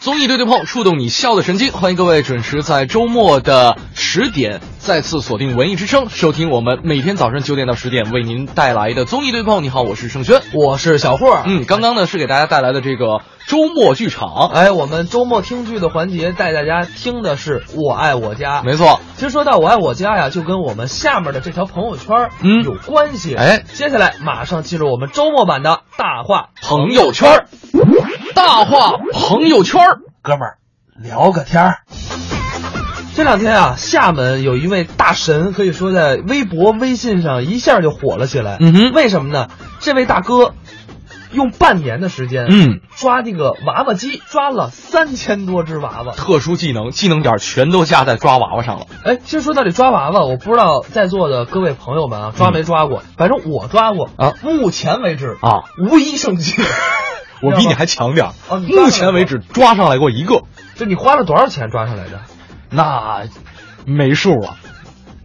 综艺对对碰，触动你笑的神经。欢迎各位准时在周末的十点再次锁定文艺之声，收听我们每天早上九点到十点为您带来的综艺对碰。你好，我是盛轩。我是小霍。嗯，刚刚呢是给大家带来的这个周末剧场，哎，我们周末听剧的环节带大家听的是《我爱我家》。啊没错，其实说到《我爱我家》呀，就跟我们下面的这条朋友圈嗯有关系。哎接下来马上进入我们周末版的《大话朋友圈儿，大话朋友圈儿，哥们儿聊个天儿。这两天啊，厦门有一位大神，可以说在微博、微信上一下就火了起来。嗯哼为什么呢？这位大哥用半年的时间，嗯，抓那个娃娃机，抓了三千多只娃娃。特殊技能技能点儿全都加在抓娃娃上了。哎，其实说到这抓娃娃，我不知道在座的各位朋友们啊，抓没抓过？反正我抓过嗯啊目前为止啊，无一胜绩。 我比你还强点儿哦，你抓上来过目前为止抓上来过一个，就你花了多少钱抓上来的？那没数啊。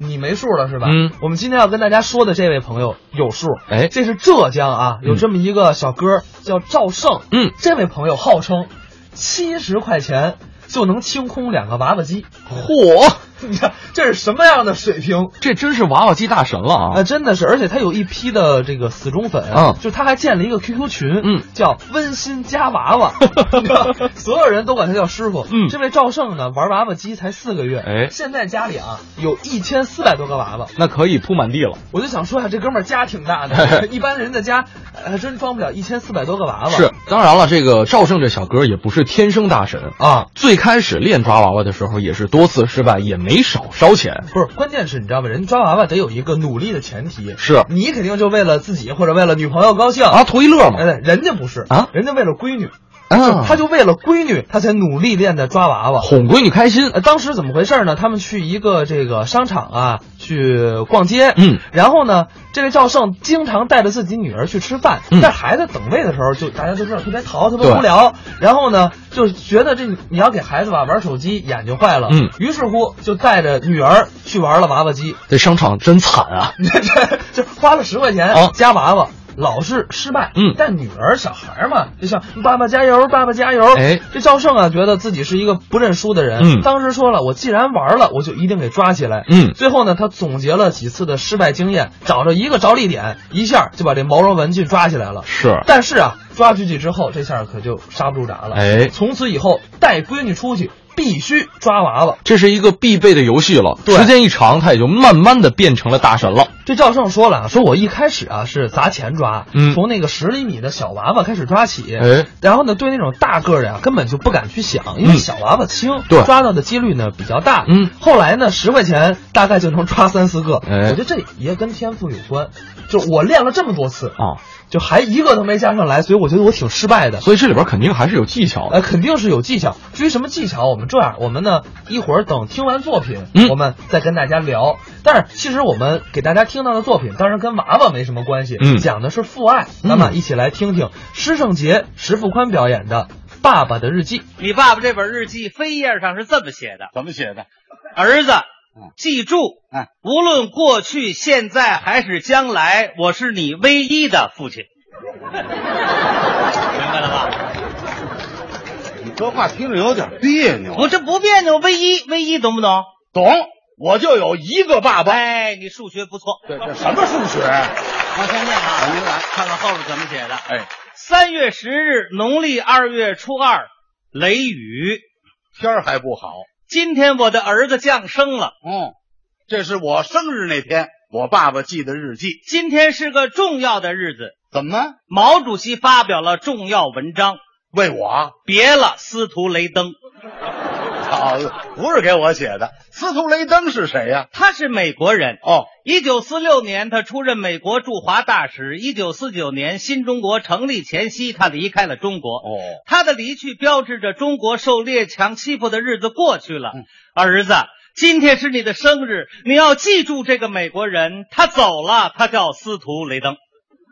你没数了是吧？嗯，我们今天要跟大家说的这位朋友有数。哎这是浙江啊，有嗯这么一个小哥叫赵胜。嗯这位朋友号称七十块钱就能清空两个娃娃机，嚯， 你看这是什么样的水平？这真是娃娃机大神了啊！啊，真的是，而且他有一批的这个死忠粉，啊嗯就他还建了一个 QQ 群，嗯叫温馨家娃 娃，你知道所有人都管他叫师傅。嗯这位赵胜呢，玩娃娃机才四个月，哎现在家里啊有一千四百多个娃娃，那可以铺满地了。我就想说啊，这哥们儿家挺 大的，一般人的家呃还真装不了一千四百多个娃娃。是，当然了，这个赵胜这小哥也不是天生大神，啊，最开始练抓娃娃的时候也是多次失败，也没少烧钱。不是，关键是你知道吗？人抓娃娃得有一个努力的前提，是你肯定就为了自己或者为了女朋友高兴啊，图一乐嘛。哎，人家不是啊人家为了闺女。啊，他就为了闺女，他才努力练的抓娃娃。哄闺女开心。呃，当时怎么回事呢？他们去一个这个商场啊，去逛街。嗯，然后呢，这位赵胜经常带着自己女儿去吃饭。嗯但孩子等位的时候，就大家都知道特别淘，特别对无聊。然后呢，就觉得这你要给孩子吧玩手机，眼睛坏了。嗯，于是乎就带着女儿去玩了娃娃机。这商场真惨啊！这这 这花了十块钱啊加娃娃，老是失败。嗯但女儿小孩嘛，就像爸爸加油，爸爸加油。哎，这赵胜啊，觉得自己是一个不认输的人。嗯当时说了，我既然玩了，我就一定给抓起来。嗯最后呢，他总结了几次的失败经验，找着一个着力点，一下就把这毛绒玩具抓起来了。是但是啊，抓进去之后，这下可就刹不住闸了。哎从此以后带闺女出去必须抓娃娃。这是一个必备的游戏了，对时间一长，他也就慢慢的变成了大神了。这赵胜说了，说我一开始啊是砸钱抓，嗯从那个十厘米的小娃娃开始抓起，哎然后呢，对那种大个儿的呀、根本就不敢去想，因为嗯小娃娃轻，对抓到的几率呢比较大。嗯后来呢，十块钱大概就能抓三四个，哎我觉得这也跟天赋有关。就我练了这么多次，啊，就还一个都没加上来，所以我觉得我挺失败的。所以这里边肯定还是有技巧的。呃，肯定是有技巧。至于什么技巧，我们这样，我们呢一会儿等听完作品，嗯我们再跟大家聊。但是其实我们给大家听到的作品，当然跟娃娃没什么关系，嗯讲的是父爱。咱们一起来听听施圣杰、石富宽表演的《爸爸的日记》。你爸爸这本日记扉页上是这么写的怎么写的？：“儿子嗯，记住嗯，无论过去、现在还是将来，我是你唯一的父亲。”明白了吧？你这话听着有点别扭。我这不别扭，唯一，唯一，懂不懂？懂，我就有一个爸爸。哎，你数学不错。这这什么数学？啊往下念往啊下来，看看后边怎么写的。哎，三月十日，农历二月初二，雷雨。天儿还不好。今天我的儿子降生了，嗯，这是我生日那天，我爸爸记的日记。今天是个重要的日子。怎么毛主席发表了重要文章，为我？别了司徒雷登，好子，不是给我写的。司徒雷登是谁呀、他是美国人。哦，一九四六年，他出任美国驻华大使。一九四九年，新中国成立前夕，他离开了中国。哦，他的离去标志着中国受列强欺负的日子过去了嗯。儿子，今天是你的生日，你要记住这个美国人。他走了，他叫司徒雷登。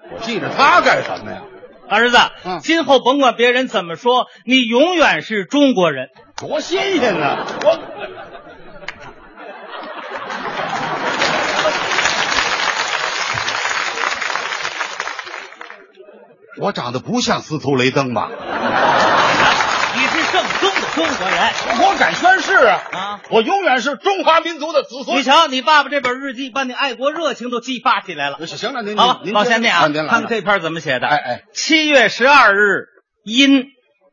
我记着他干什么呀？儿子，嗯今后甭管别人怎么说，你永远是中国人。多新鲜呢！我我长得不像司徒雷登吧？你是圣中的中国人我敢宣誓啊，啊！我永远是中华民族的子孙你。瞧，你爸爸这本日记把你爱国热情都激发起来了。行了，呃您好了，老先生啊，您看来看这篇怎么写的。哎哎，七月十二日，阴。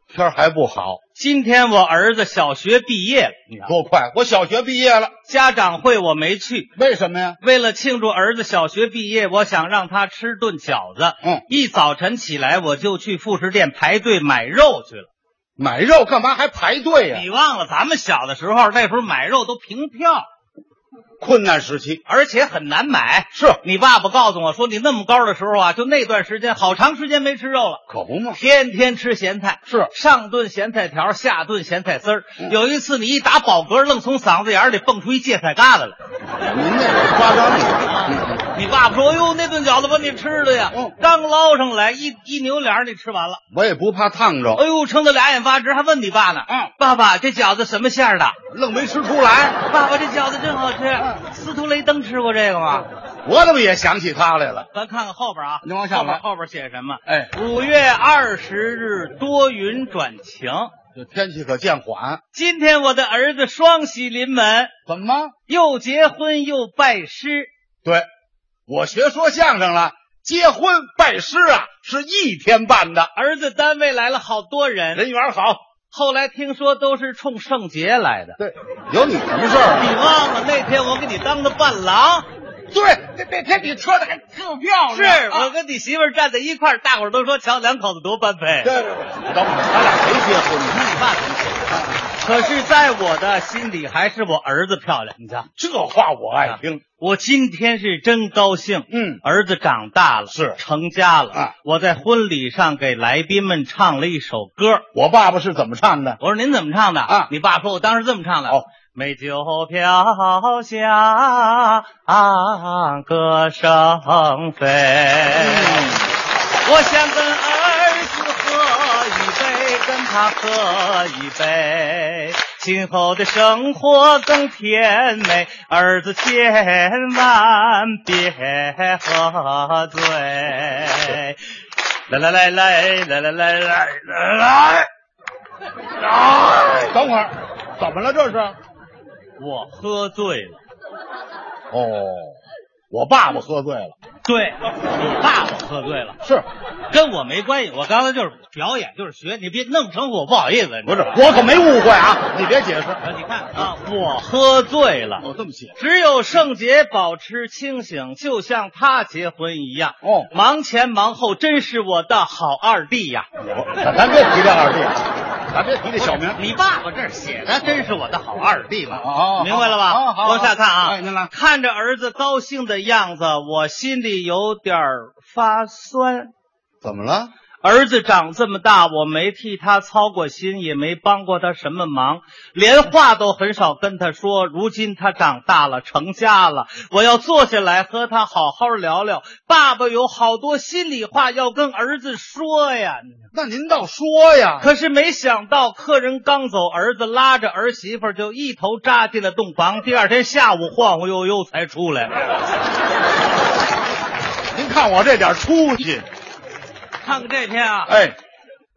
天儿还不好，今天我儿子小学毕业了，你知道吗多快！我小学毕业了，家长会我没去，为什么呀？为了庆祝儿子小学毕业，我想让他吃顿饺子。嗯，一早晨起来我就去副食店排队买肉去了。买肉干嘛还排队呀、你忘了咱们小的时候，那时候买肉都凭票，困难时期而且很难买。是你爸爸告诉我说，你那么高的时候啊，就那段时间好长时间没吃肉了，可不嘛，天天吃咸菜，是嗯上顿咸菜条，下顿咸菜丝儿。有一次你一打饱嗝，愣从嗓子眼儿里蹦出一芥菜疙瘩 来。您那个夸张了。你爸爸说：“哎呦，那顿饺子把你吃的呀嗯，刚捞上来一一扭脸儿，你吃完了。我也不怕烫着，哎呦，撑得俩眼发直，还问你爸呢。嗯，爸爸，这饺子什么馅儿的？愣没吃出来。爸爸，这饺子真好嗯吃。司徒雷登吃过这个吗？我怎么也想起他来了？咱看看后边啊，您往下后边来后边写什么？哎，五月二十日多云转晴。这天气可渐缓，今天我的儿子双喜临门，怎么？又结婚又拜师。对，我学说相声了，结婚拜师啊，是一天办的，儿子单位来了好多人，人缘好。后来听说都是冲圣节来的。对，有你什么你事儿？啊哦忘了那天我给你当的伴郎？对，这这天你穿的还特漂是啊我跟你媳妇儿站在一块儿，大伙儿都说瞧两口子多般配。对，等会儿咱俩谁结婚呢？你爸怎么想可是，在我的心里，还是我儿子漂亮。你瞧，这话我爱听。我今天是真高兴，嗯，儿子长大了，是成家了。啊我在婚礼上给来宾们唱了一首歌。我爸爸是怎么唱的？我说您怎么唱的？啊你爸说我当时这么唱的。哦，美酒飘香，歌声飞。哎嗯我想跟儿子喝一杯，跟他喝一杯，今后的生活更甜美。儿子千万别喝醉。来来来来来来来来来来。等会儿，怎么了这是？我喝醉了。哦，我爸爸喝醉了。对，你爸爸喝醉了，是，跟我没关系。我刚才就是表演，就是学，你别弄成我不好意思。你不知是，道吧我可没误会啊，你别解释。哦啊你看啊，我喝醉了。这么写只有圣洁保持清醒，就像他结婚一样。哦，忙前忙后，真是我的好二弟呀！我咱别提这二弟，咱别提这小名。你爸爸这儿写的真是我的好二弟嘛？哦明白了吧？好好好往下看啊，哎您来看着儿子高兴的样子，我心里有点儿发酸。怎么了？儿子长这么大，我没替他操过心，也没帮过他什么忙，连话都很少跟他说。如今他长大了，成家了，我要坐下来和他好好聊聊。爸爸有好多心里话要跟儿子说呀。那您倒说呀。可是没想到，客人刚走，儿子拉着儿媳妇儿就一头扎进了洞房。第二天下午晃晃悠悠才出来。您看我这点出息，看看这篇啊，哎，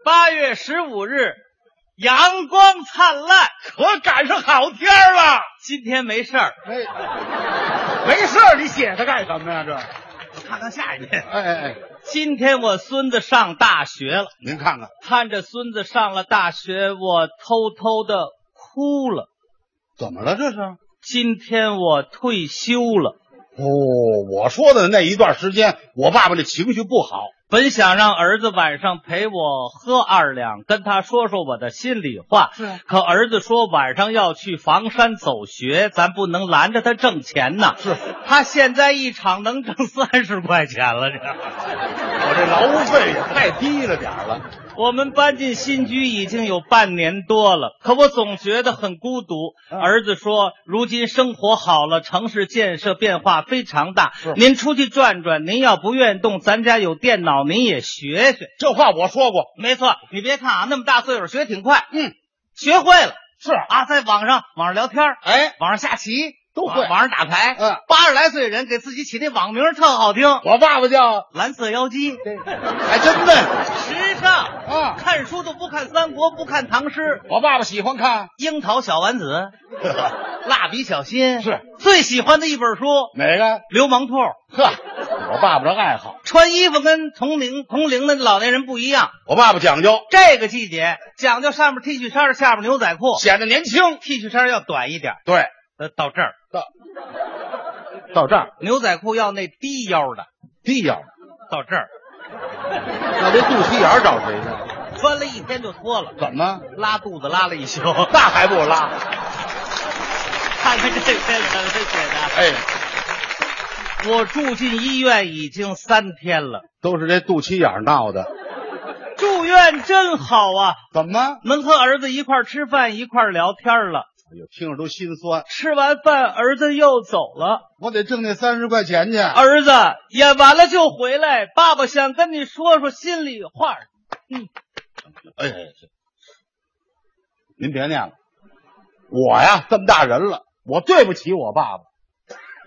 八月十五日，阳光灿烂。可赶上好天儿了。今天没事儿，哎，没事儿，你写它干什么呀？这，我看看下一篇。哎哎哎，今天我孙子上大学了，您看看看着孙子上了大学，我偷偷的哭了。怎么了？这是？哦，今天我退休了，我说的那一段时间，我爸爸这情绪不好。本想让儿子晚上陪我喝二两，跟他说说我的心里话。是可儿子说晚上要去房山走学，咱不能拦着他挣钱呐。是，他现在一场能挣三十块钱了，这。我这劳务费也太低了点儿了。我们搬进新居已经有半年多了，可我总觉得很孤独。嗯儿子说，如今生活好了，城市建设变化非常大是，您出去转转，您要不愿动，咱家有电脑，您也学学。这话我说过，没错，你别看啊，那么大岁数学挺快，嗯，学会了是啊，啊，在网上网上聊天，哎，网上下棋都会网网上打牌，嗯，八十来岁人给自己起那网名特好听，我爸爸叫哎蓝色妖姬，还真笨。时尚。啊看书都不看三国，不看唐诗，我爸爸喜欢 看《樱桃小丸子》《蜡笔小新》是最喜欢的一本书《哪个？流氓兔》。呵，我爸爸这爱好，穿衣服跟同龄同龄的老年人不一样，我爸爸讲究，这个季节讲究上面 T 恤衫，下面牛仔裤显得年轻。 ，T 恤衫要短一点，对，呃，到这儿，到这儿牛仔裤要那低腰的，低腰，到这儿，那这肚脐眼儿找谁去？穿了一天就脱了，怎 么？拉肚子拉了一宿。那还不拉？看看这些怎么写哎，的，我住进医院已经三天了，都是这肚脐眼儿闹的。住院真好啊，怎么？能和儿子一块儿吃饭，一块儿聊天了。哎呦，听着都心酸。吃完饭，儿子又走了。我得挣那三十块钱去。儿子演完了就回来，爸爸想跟你说说心里话。哎，您别念了，我呀这么大人了，我对不起我爸爸。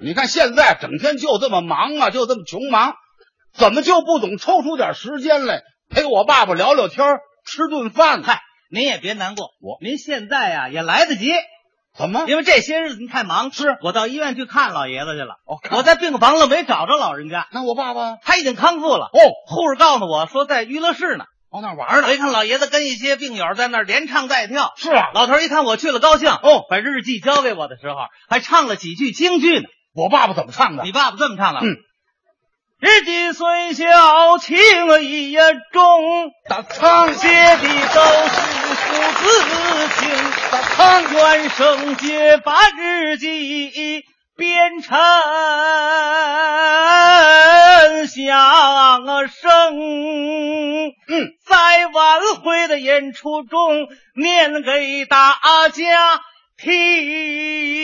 你看现在整天就这么忙啊，就这么穷忙，怎么就不懂抽出点时间来陪我爸爸聊聊天儿，吃顿饭？嗨，您也别难过，我您现在呀、也来得及，怎么？ 因为这些日子您太忙。是我到医院去看老爷子去了，哦看我在病房了没找着老人家，那我爸爸他已经康复了。哦护士告诉我说在娱乐室呢，往那玩玩儿呢。呢？我一看老爷子跟一些病友在那儿连唱带跳。是啊，老头儿一看我去了，高兴哦，把日记交给我的时候，还唱了几句京剧呢。我爸爸怎么唱的？你爸爸这么唱的？啊嗯。日的虽小，情意也重，打苍写的都是父子情。打苍蝇，愿生节把日记变成响声。嗯，在晚会的演出中念给大家听。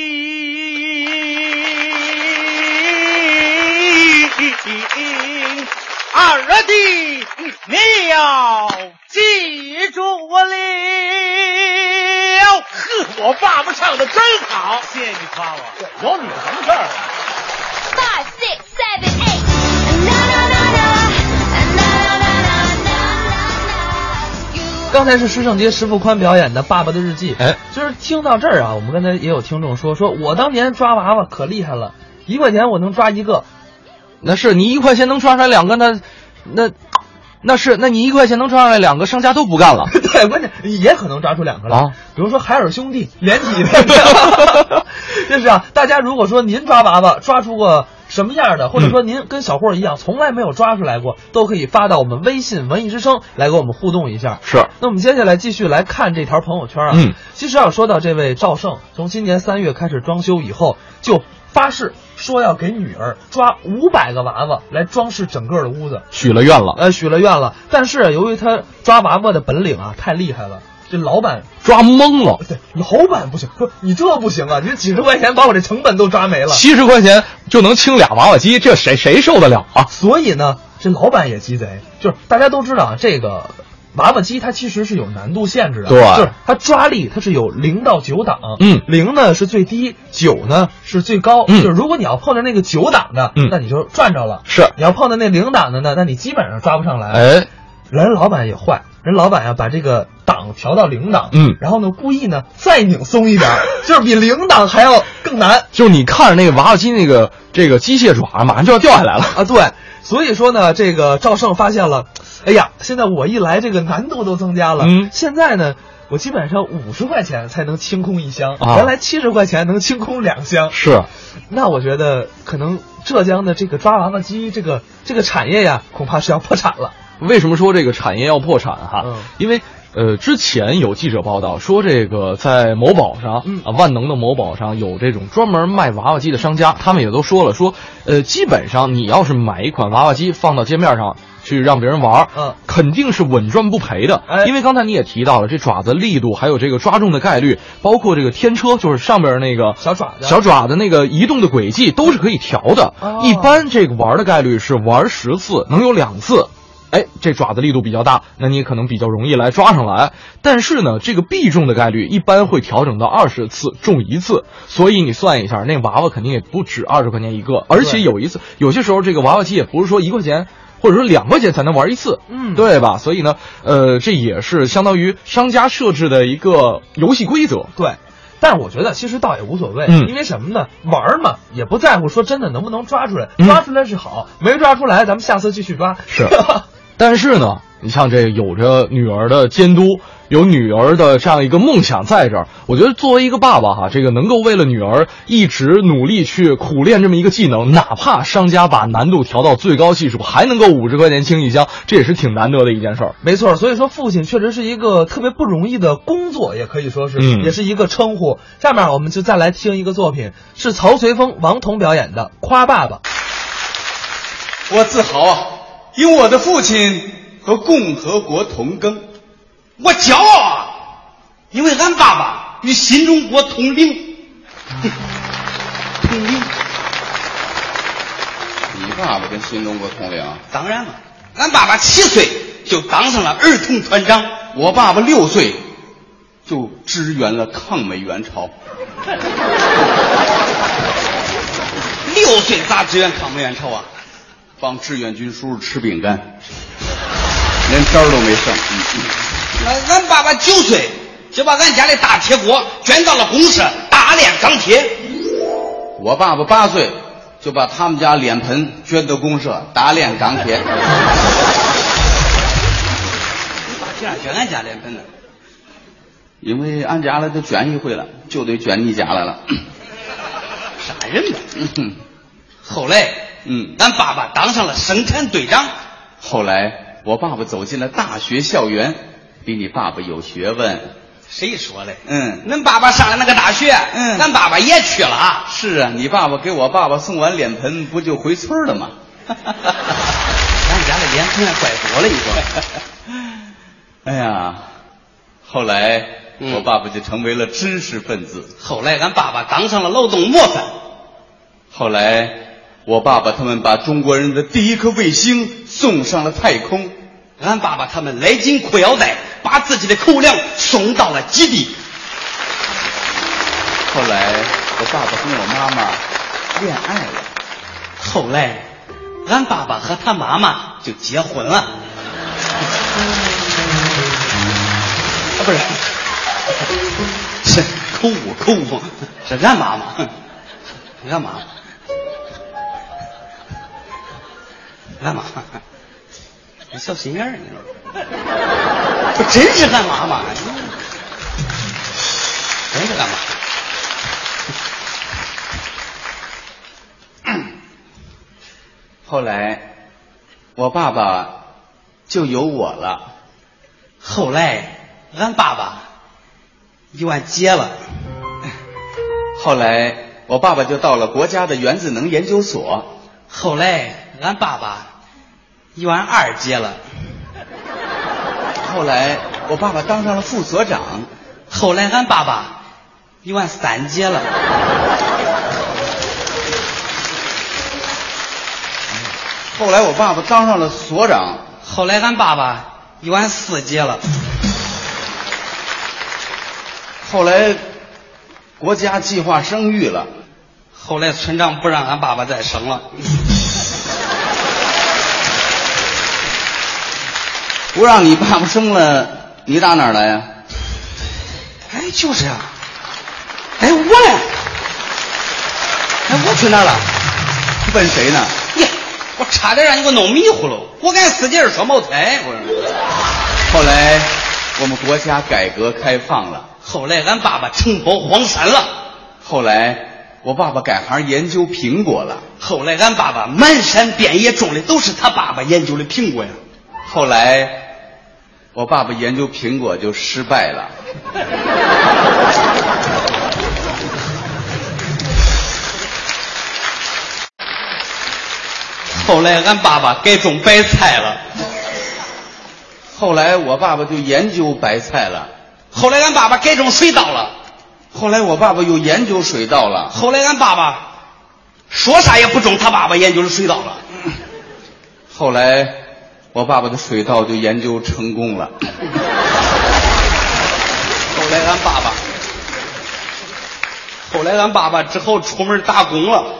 二弟，你要记住我了。呵，我爸爸唱的真好。谢谢你夸我。有你什么事儿啊？ five, six, seven, eight. Na na na na, na na na na na na. You 刚才是师胜杰、石富宽表演的《爸爸的日记》。哎，就是听到这儿啊，我们刚才也有听众说，说我当年抓娃娃可厉害了，一块钱我能抓一个。那是你一块钱能抓出来两个，那那那是那你一块钱能抓出来两个，商家都不干了。对，关键也可能抓出两个来，啊比如说海尔兄弟连 体的，就是啊。大家如果说您抓娃娃抓出过什么样的，或者说嗯您跟小霍一样从来没有抓出来过，都可以发到我们微信“文艺之声”来跟我们互动一下。是，那我们接下来继续来看这条朋友圈啊。嗯，其实要说到这位赵胜，从今年三月开始装修以后，就发誓说要给女儿抓五百个娃娃来装饰整个的屋子。许了愿了，呃，许了愿了。但是啊由于他抓娃娃的本领啊太厉害了，这老板抓懵了，对老板不行，说你这不行啊，你这几十块钱把我这成本都抓没了。七十块钱就能清俩娃娃机，这谁谁受得了啊？所以呢，这老板也鸡贼，就是大家都知道啊，这个娃娃机它其实是有难度限制的，对就是它抓力它是有零到九档，嗯零呢是最低，九呢是最高，嗯就是如果你要碰到那个九档的，嗯那你就赚着了，是你要碰到那零档的呢，那你基本上抓不上来，哎，人老板也坏，人老板呀、把这个档调到零档，嗯然后呢故意呢再拧松一点儿， 就是比零档还要更难就是你看着那个娃娃机那个这个机械爪，马上就要掉下来了。啊。对，所以说呢，这个赵胜发现了，哎呀，现在我一来这个难度都增加了，嗯现在呢。我基本上五十块钱才能清空一箱，啊原来七十块钱能清空两箱。是，那我觉得可能浙江的这个抓娃娃机这个这个产业呀，恐怕是要破产了。为什么说这个产业要破产哈？嗯因为呃，之前有记者报道说，这个在某宝上，嗯啊，万能的某宝上有这种专门卖娃娃机的商家，他们也都说了说，呃，基本上你要是买一款娃娃机放到街面上去让别人玩儿，嗯肯定是稳赚不赔的。哎因为刚才你也提到了，这爪子力度，还有这个抓中的概率，包括这个天车，就是上边那个小爪子小爪的那个移动的轨迹，都是可以调的。哦一般这个玩的概率是玩十次能有两次。哎，这爪子力度比较大，那你可能比较容易来抓上来。但是呢，这个必中的概率一般会调整到二十次中一次，所以你算一下，那娃娃肯定也不止二十块钱一个。而且有一次，有些时候这个娃娃机也不是说一块钱或者说两块钱才能玩一次，嗯对吧？所以呢，呃，这也是相当于商家设置的一个游戏规则。对，但是我觉得其实倒也无所谓，嗯因为什么呢？玩儿嘛，也不在乎说真的能不能抓出来，嗯抓出来是好，没抓出来咱们下次继续抓。是但是呢，你像这有着女儿的监督，有女儿的这样一个梦想在这儿，我觉得作为一个爸爸哈，这个能够为了女儿一直努力去苦练这么一个技能，哪怕商家把难度调到最高系数，还能够五十块钱清一箱，这也是挺难得的一件事儿。 没错，所以说父亲确实是一个特别不容易的工作，也可以说是，嗯也是一个称呼。下面我们就再来听一个作品，是曹随风、王彤表演的《夸爸爸》。我自豪啊，因我的父亲和共和国同耕；我骄傲啊，因为俺爸爸与新中国同龄。 同龄，你爸爸跟新中国同龄，当然了，俺爸爸七岁就当上了儿童团长，我爸爸六岁就支援了抗美援朝。六岁咋支援抗美援朝啊？帮志愿军叔叔吃饼干，连渣儿都没剩。嗯嗯俺俺爸爸九岁就把俺家的大铁锅捐到了公社，大炼钢铁。我爸爸八岁就把他们家脸盆捐到公社，打脸港 铁。咋竟然捐俺家脸盆呢？因为俺家来都卷一回了，就得卷你家来了。 啥人吧？嗯 后来，嗯俺爸爸当上了生产队长，后来我爸爸走进了大学校园，比你爸爸有学问。谁说嘞？嗯，恁爸爸上了那个大学，嗯咱爸爸也去了啊。是啊，你爸爸给我爸爸送完脸盆，不就回村了 吗？俺家的脸盆还怪多了一 个。哎呀，后来嗯我爸爸就成为了知识分子。后来，俺爸爸当上了劳动模范，后来，我爸爸他们把中国人的第一颗卫星送上了太空。俺爸爸他们勒紧裤腰带，把自己的口粮送到了基地。后来，我爸爸跟我妈妈恋爱了。后来，俺爸爸和他妈妈就结婚了。啊，啊不 是，是口误口误，是俺妈妈，俺妈，俺妈，你小心眼儿，你不真是俺妈妈，真是俺妈。 后来，我爸爸就有我了。后来，俺爸爸又俺结了。后来，我爸爸就到了国家的原子能研究所。后来俺爸爸又俺二结了，后来，我爸爸当上了副所长。后来俺爸爸又俺三结了。后来，我爸爸当上了所长。后来俺爸爸又俺四结了，后来，国家计划生育了。后来村长不让俺爸爸再生了， 不让你爸爸生了，你打哪儿来呀、啊哎，就是啊，哎我嘞，哎我去哪儿了？问谁呢？呀，我差点让你给我弄迷糊了，我跟俺四姐儿双胞胎，我说。后来我们国家改革开放了，后来俺爸爸承包荒山了，后来我爸爸改行研究苹果了，后来俺爸爸满山遍野种的都是他爸爸研究的苹果呀。后来我爸爸研究苹果就失败了，后来俺爸爸改种白菜了，后来我爸爸就研究白菜了，后来俺爸爸改种水稻了，后来我爸爸又研究水稻了，后来俺爸爸说啥也不种他爸爸研究的水稻了，后来我爸爸的水稻就研究成功了，后来俺爸爸，后来俺爸爸只好出门打工了，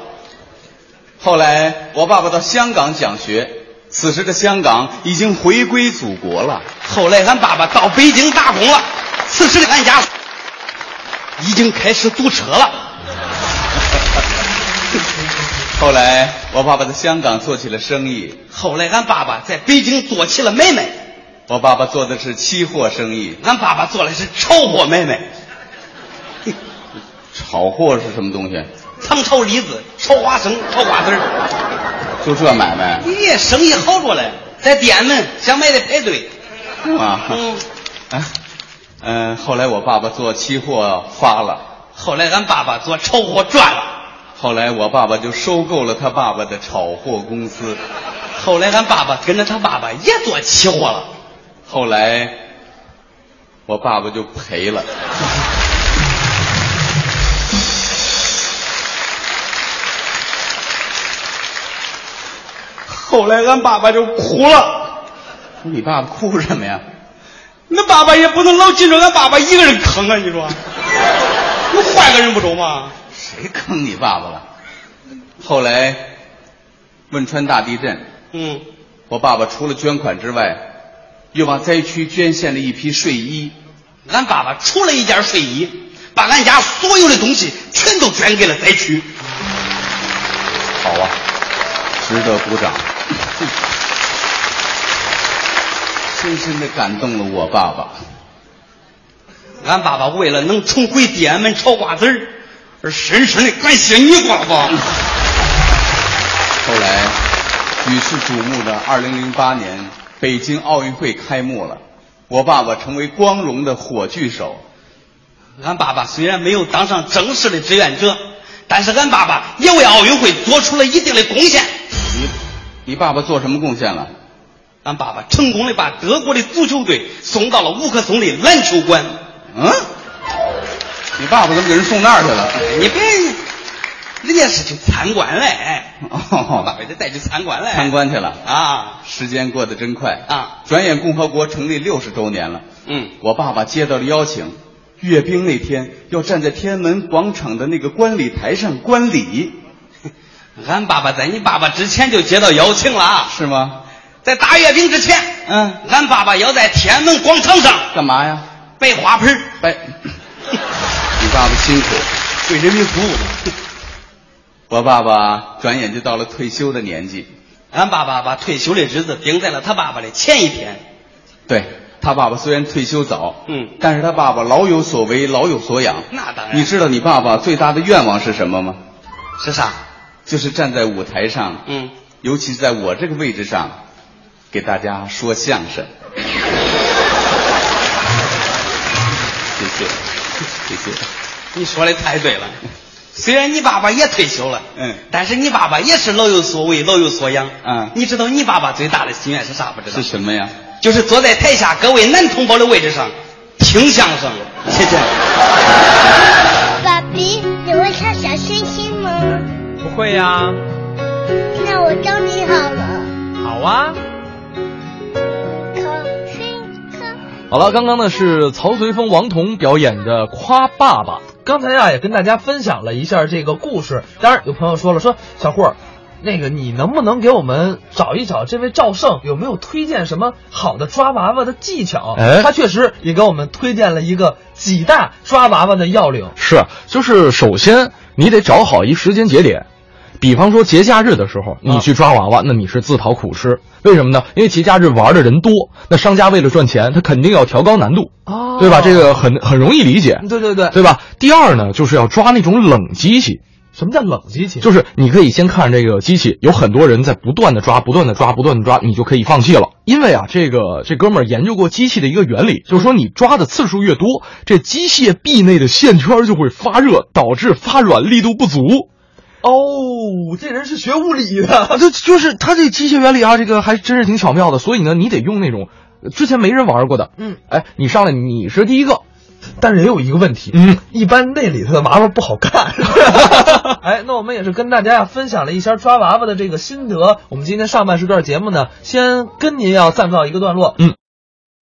后来我爸爸到香港讲学，此时的香港已经回归祖国了。后来俺爸爸到北京打工了，此时的俺家已经开始堵车了。 后来我爸爸在香港做起了生意，后来俺爸爸在北京做起了买卖。我爸爸做的是期货生意，俺爸爸做的是炒货买卖。炒货是什么东西？糖炒栗子、炒花生、炒瓜子儿。就这买卖咦，生意好着嘞，在店门想买的排队。啊嗯，啊，嗯、后来我爸爸做期货发了，后来俺爸爸做炒货赚了，后来我爸爸就收购了他爸爸的炒货公司，后来俺爸爸跟着他爸爸也做期货了，后来我爸爸就赔了。后来俺爸爸就哭了。说你爸爸哭什么呀？那爸爸也不能老记着俺爸爸一个人坑啊！你说，那换个人不中吗？谁坑你爸爸了？后来，汶川大地震，嗯，我爸爸除了捐款之外，又往灾区捐献了一批睡衣。俺爸爸除了一件睡衣，把俺家所有的东西全都捐给了灾区。好啊，值得鼓掌。 深深的感动了我爸爸。俺爸爸为了能重回地安门炒瓜子儿，而深深的感谢你爸爸。后来，举世瞩目的2008年北京奥运会开幕了，我爸爸成为光荣的火炬手。俺爸爸虽然没有当上正式的志愿者，但是俺爸爸也为奥运会做出了一定的贡献。你，你爸爸做什么贡献了？俺爸爸成功的把德国的足球队送到了乌克松的篮球馆。嗯，你爸爸怎么给人送那儿去了？哎你别，人家是去参观嘞。哦，爸爸得带去参观嘞。参观去了啊！时间过得真快啊！转眼共和国成立六十周年了。嗯，我爸爸接到了邀请，阅兵那天要站在天安门广场的那个观礼台上观礼。俺爸爸在你爸爸之前就接到邀请了啊，是吗？在打阅兵之前，嗯，俺爸爸要在天安门广场上干嘛呀？摆花盆摆。 你爸爸辛苦，为人民服务。我爸爸转眼就到了退休的年纪，俺爸爸把退休的日子定在了他爸爸的前一天。对他爸爸虽然退休早，嗯，但是他爸爸老有所为，老有所养。那当然。你知道你爸爸最大的愿望是什么吗？是啥？就是站在舞台上，嗯，尤其是在我这个位置上，给大家说相声。 谢谢，谢谢。你说的太对了。虽然你爸爸也退休了，嗯，但是你爸爸也是老有所为，老有所养。嗯，你知道你爸爸最大的心愿是啥不知道？是什么呀？就是坐在台下各位男同胞的位置上听相声。谢谢。爸比，你会唱小星星吗？不会呀、那我教你好了。好啊。可星可。好了，刚刚呢是曹随风、王彤表演的《夸爸爸》。刚才啊也跟大家分享了一下这个故事。当然，有朋友说了，说小霍儿，那个你能不能给我们找一找这位赵胜有没有推荐什么好的抓娃娃的技巧？哎他确实也给我们推荐了一个几大抓娃娃的要领。是，就是首先你得找好一时间节点，比方说节假日的时候，你去抓娃娃，那你是自讨苦吃。为什么呢？因为节假日玩的人多，那商家为了赚钱，他肯定要调高难度，哦对吧？这个很很容易理解，对对对，对吧？第二呢，就是要抓那种冷机器。什么叫冷机器？就是你可以先看这个机器，有很多人在不断的抓、不断的抓、不断的抓，你就可以放弃了。因为啊，这个这哥们儿研究过机器的一个原理，就是说你抓的次数越多，这机械臂内的线圈就会发热，导致发软力度不足。哦，这人是学物理啊，的。这就是它这机械原理啊，这个还真是挺巧妙的。所以呢，你得用那种之前没人玩过的，嗯，哎，你上来你是第一个，但是也有一个问题，嗯，一般那里头的娃娃不好看。 哎，那我们也是跟大家呀分享了一下抓娃娃的这个心得。我们今天上半时段节目呢，先跟您要暂告一个段落。嗯。